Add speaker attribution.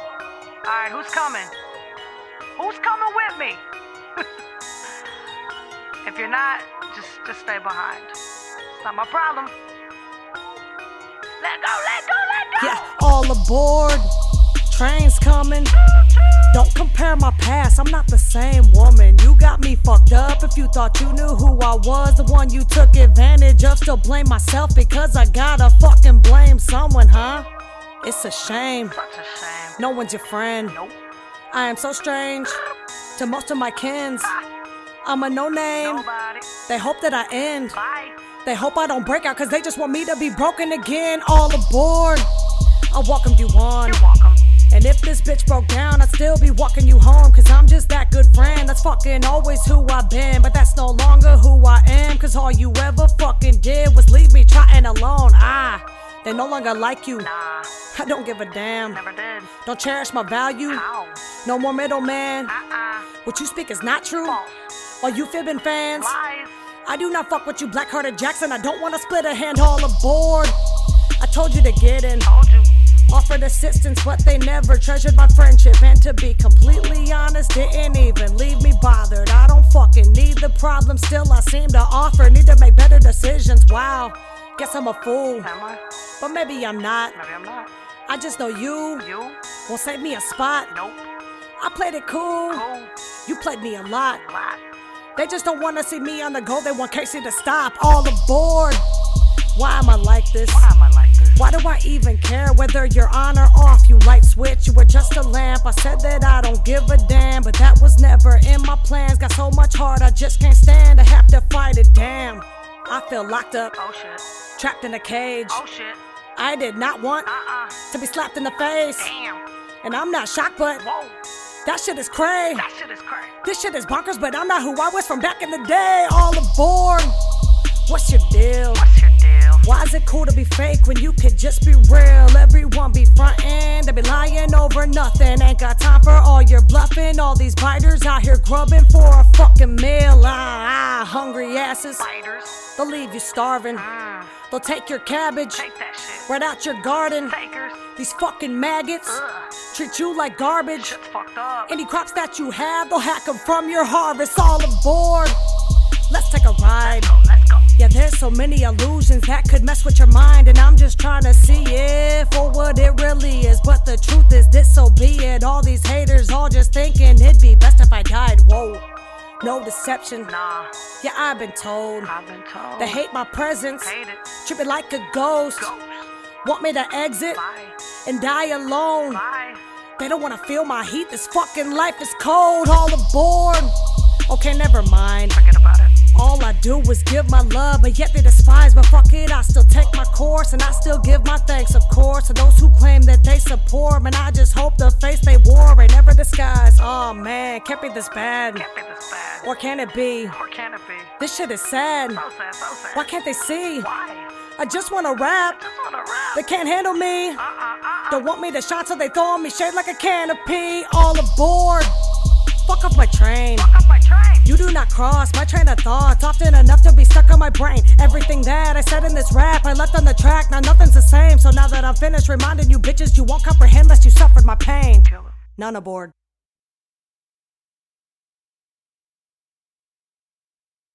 Speaker 1: All right, who's coming? Who's coming with me? if you're not, just just stay behind. It's not my problem. Let go, let go, let go.
Speaker 2: Yeah, all aboard. Trains coming. Don't compare my past, I'm not the same woman. You got me fucked up if you thought you knew who I was. The one you took advantage of, still blame myself because I gotta fucking blame someone, huh? It's a shame.
Speaker 1: Such a shame.
Speaker 2: No one's your friend.
Speaker 1: Nope.
Speaker 2: I am so strange to most of my kins. I'm a no name.
Speaker 1: Nobody.
Speaker 2: They hope that I end.
Speaker 1: Bye.
Speaker 2: They hope I don't break out because they just want me to be broken again. All aboard. I welcome you on.
Speaker 1: You're welcome.
Speaker 2: And if this bitch broke down, I'd still be walking you home. Cause I'm just that good friend. That's fucking always who I've been. But that's no longer who I am. Cause all you ever fucking did was leave me trotting alone. Ah, they no longer like you.
Speaker 1: Nah,
Speaker 2: I don't give a damn.
Speaker 1: never did.
Speaker 2: Don't cherish my value.
Speaker 1: How?
Speaker 2: No more middleman.
Speaker 1: Uh-uh.
Speaker 2: What you speak is not true.
Speaker 1: False.
Speaker 2: Are you fibbing fans?
Speaker 1: Lies.
Speaker 2: I do not fuck with you, Black Hearted Jackson. I don't wanna split a hand all aboard. I told you to get in.
Speaker 1: Told you.
Speaker 2: Offered assistance, but they never treasured my friendship. And to be completely honest, didn't even leave me bothered. I don't fucking need the problem, still I seem to offer. Need to make better decisions. Wow, guess I'm a fool,
Speaker 1: Am I?
Speaker 2: but maybe I'm not.
Speaker 1: Maybe I'm not.
Speaker 2: I just know you
Speaker 1: You?
Speaker 2: won't save me a spot.
Speaker 1: Nope.
Speaker 2: I played it cool,
Speaker 1: Cool.
Speaker 2: you played me a lot.
Speaker 1: Lot.
Speaker 2: They just don't wanna see me on the go, they want Casey to stop. All aboard. Why am I like this?
Speaker 1: Why am I like this?
Speaker 2: Why do I even care whether you're on or off? You light switch, you were just a lamp. I said that I don't give a damn, but that was never in my plans. Got so much heart, I just can't stand to have to fight it. Damn, I feel locked up,
Speaker 1: Oh shit.
Speaker 2: trapped in a cage.
Speaker 1: Oh shit.
Speaker 2: I did not want
Speaker 1: Uh-uh.
Speaker 2: to be slapped in the face,
Speaker 1: Damn.
Speaker 2: and I'm not shocked, but
Speaker 1: Whoa.
Speaker 2: that shit is crazy.
Speaker 1: That shit is crazy.
Speaker 2: This shit is bonkers, but I'm not who I was from back in the day. All aboard. What's your deal?
Speaker 1: What's your deal?
Speaker 2: Why is it cool to be fake when you could just be real? Everyone be frontin', they be lying over nothing. Ain't got time for all your bluffing. All these biters out here grubbing for a fucking meal. Ah, ah, hungry asses.
Speaker 1: Fighters.
Speaker 2: They'll leave you starving.
Speaker 1: Mm.
Speaker 2: They'll take your cabbage
Speaker 1: Take that shit.
Speaker 2: right out your garden.
Speaker 1: Takers.
Speaker 2: These fucking maggots
Speaker 1: Ugh.
Speaker 2: treat you like garbage.
Speaker 1: Shit's fucked up.
Speaker 2: Any crops that you have, they'll hack 'em from your harvest. All aboard. Let's take a ride.
Speaker 1: So let's go.
Speaker 2: Yeah, there's so many illusions that could mess with your mind, and I'm just trying to see it for what it really is. But the truth is, this so be it. All these haters, all just thinking it'd be best if I died. Whoa, no deception.
Speaker 1: Nah,
Speaker 2: Yeah, I've been told
Speaker 1: I've been told.
Speaker 2: they hate my presence,
Speaker 1: Hate it.
Speaker 2: treat me like a ghost,
Speaker 1: Ghost.
Speaker 2: want me to exit
Speaker 1: Bye.
Speaker 2: and die alone.
Speaker 1: Bye.
Speaker 2: They don't wanna feel my heat. This fucking life is cold. All aboard. Okay, never mind.
Speaker 1: Forget about it.
Speaker 2: All I do is give my love, but yet they despise. But fuck it, I still take my course and I still give my thanks, of course, to those who claim that they support. Man, I just hope the face they wore ain't ever disguised. Oh man, can't be this bad,
Speaker 1: Can't be this bad.
Speaker 2: or can it be?
Speaker 1: Or can it be?
Speaker 2: This shit is sad.
Speaker 1: So sad, so sad.
Speaker 2: Why can't they see?
Speaker 1: Why?
Speaker 2: I just wanna rap.
Speaker 1: Just wanna rap.
Speaker 2: They can't handle me.
Speaker 1: Uh uh uh.
Speaker 2: Don't want me to shine, so they throw me shade like a canopy. All aboard. Fuck off my train.
Speaker 1: Fuck up my train.
Speaker 2: You do not cross my train of thoughts often enough to be stuck on my brain. Everything that I said in this rap, I left on the track. Now nothing's the same. So now that I'm finished, reminding you bitches you won't comprehend lest you suffered my pain.
Speaker 1: Kill it.
Speaker 2: None aboard.